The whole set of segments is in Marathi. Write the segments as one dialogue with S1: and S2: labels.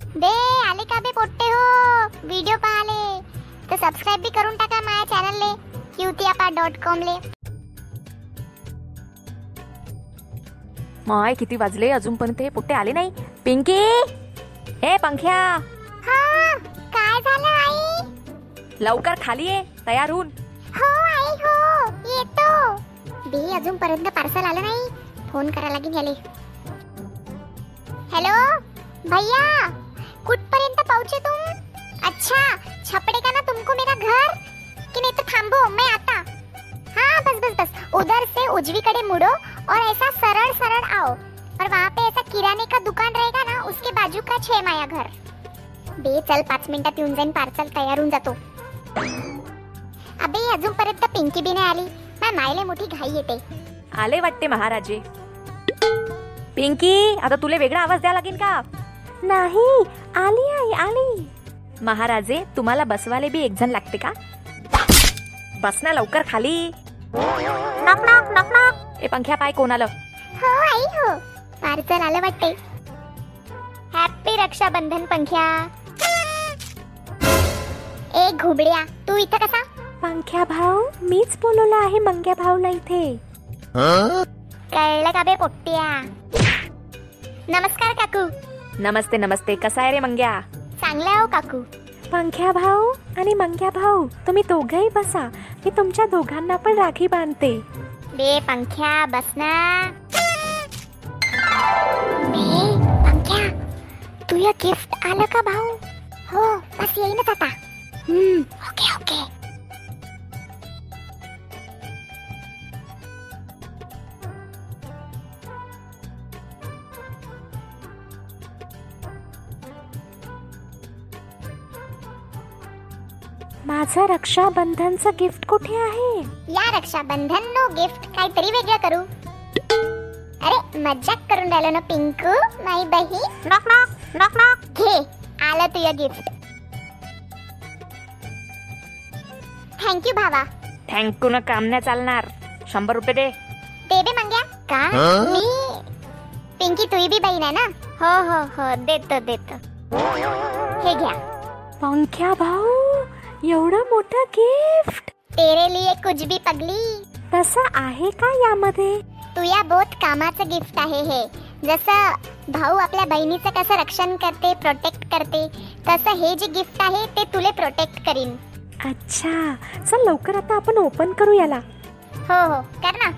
S1: बे आले का बे पोट्टे हो व्हिडिओ पाहाले तर सबस्क्राईब बी करून टाका माझ्या चॅनलले क्युतियापा डॉट कॉमले
S2: माय किती वाजले अजूनपर्यंत हे पोट्टे आले नाही पिंकी हे पंख्या
S1: हा काय झालं आई
S2: लवकर खाली ये तयार होऊन
S1: हो आई हो येतो बे अजूनपर्यंत पार्सल आलं नाही फोन करा लागेल याले हॅलो भैया कुठपर्यंत पहुंचे तुम अच्छा छपड़े का ना तुमको मेरा घर कि नहीं तो थांबो मैं आता हाँ बस बस बस उधर से उजवी कड़े मुड़ो और ऐसा सरल सरल आओ और वहाँ पे ऐसा किराने का दुकान रहेगा ना उसके बाजू का छे माया घर बे चल पाच मिनिटात येऊन जाईन पार्सल तयार होऊन जातो अबे अजूनपर्यंत पिंकी बी नाही आली ना मायले मोठी घाई येते
S2: आले वाटते महाराजे पिंकी आता तुले वेगळा आवाज द्या लागेल का नाही आली आई आली महाराजे तुम्हाला बसवाले बी एक जण लागते का बस ना लवकर खाली नक नक नक नक ए पंख्या पाय कोणाला
S1: हो आई हो पार्सल आलं वाटते हॅपी रक्षाबंधन पंख्या ए घुबड्या तू इथं कसा
S2: पंख्या भाऊ मीच बोलवला आहे मंग्या भाऊला इथे
S1: कळलं का बे पोट्ट्या नमस्कार काकू
S2: नमस्ते नमस्ते कसा आहे रे मंग्या
S1: चांगलं आहो काकू
S2: पंख्या भाऊ आणि मंग्या भाऊ तुम्ही दोघंही बसा मी तुमच्या दोघांना पण राखी बांधते
S1: बे पंख्या बस ना बे पंख्या तुला गिफ्ट आलं का भाऊ हो बस येईनच आता हम्म, ओके ओके
S2: माझं रक्षाबंधनचं गिफ्ट कुठे आहे
S1: या रक्षाबंधन नो गिफ्ट काहीतरी वेगळं करू अरे मजाक करून राहिलो ना पिंकू माई बहीण नॉक नॉक नॉक नॉक घे आलं तुझं गिफ्ट थँक्यू भावा
S2: थँक्यू न काम नाही चालणार शंभर रुपये दे
S1: दे दे मंग्या का मी पिंकी तुही बी बहीण आहे ना हो हो हो देतो देतो हे घ्या
S2: पंख्या भाऊ एवढं मोठं गिफ्ट
S1: तेरे लिए कुछ भी पगली
S2: तसं आहे का यामध्ये
S1: तुया बोत कामाचं गिफ्ट आहे हे जसं भाऊ आपल्या बहिणीचं कसं रक्षण करते प्रोटेक्ट करते तसं हे जे गिफ्ट आहे ते तुले प्रोटेक्ट करीन
S2: अच्छा चल लवकर आता आपण ओपन करू याला
S1: हो हो कर ना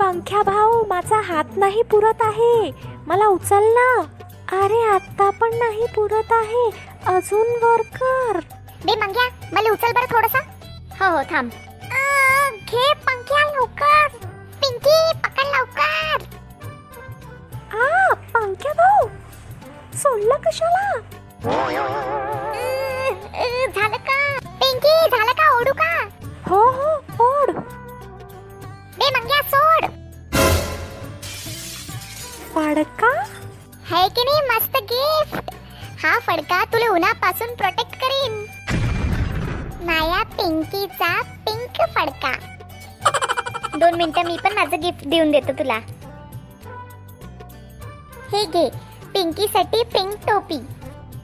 S2: पंख्या भाऊ माझा हात नाही पुरत आहे मला उचल ना अरे आता पण नाही पुरत आहे अजून वर कर
S1: बे मंग्या मला उचल बरं थोडसा हो हो थांब अं, घे पंख्या लवकर पिंकी पकड लवकर
S2: आ पंख्या भाऊ सोडला कशाला
S1: अं, अं, झालं का पिंकी झालं का ओढू का
S2: हो हो ओढ
S1: बे मंग्या सोड
S2: फडका
S1: है की नाही मस्त गिफ्ट हा फडका तुला उन्हापासून प्रोटेक्ट करीन माया पिंकीचा पिंक फडका दोन मिनिटं मी पण माझं गिफ्ट देऊन देतो तुला हे घे पिंकीसाठी पिंक टोपी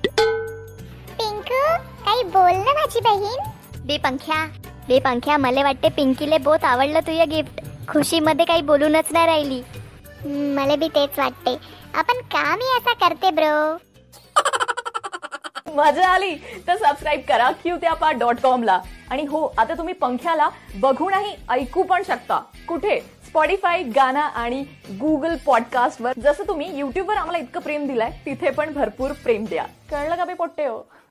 S1: पिंकू काही बोल ना माझी बहीण बे पंख्या बे पंख्या मला वाटते पिंकीले बहुत आवडलं तुझ्या गिफ्ट खुशीमध्ये काही बोलूनच नाही राहिली मला बी तेच वाटते आपण का मी असा करते ब्रो
S3: मजा आली तर सबस्क्राईब करा क्यू त्यापा डॉट कॉमला आणि हो आता तुम्ही पंख्याला बघूनही ऐकू पण शकता कुठे स्पॉडीफाय गाना आणि गुगल पॉडकास्टवर जसं तुम्ही युट्यूबवर आम्हाला इतकं प्रेम दिलाय तिथे पण भरपूर प्रेम द्या कळलं का बे पोट्टे हो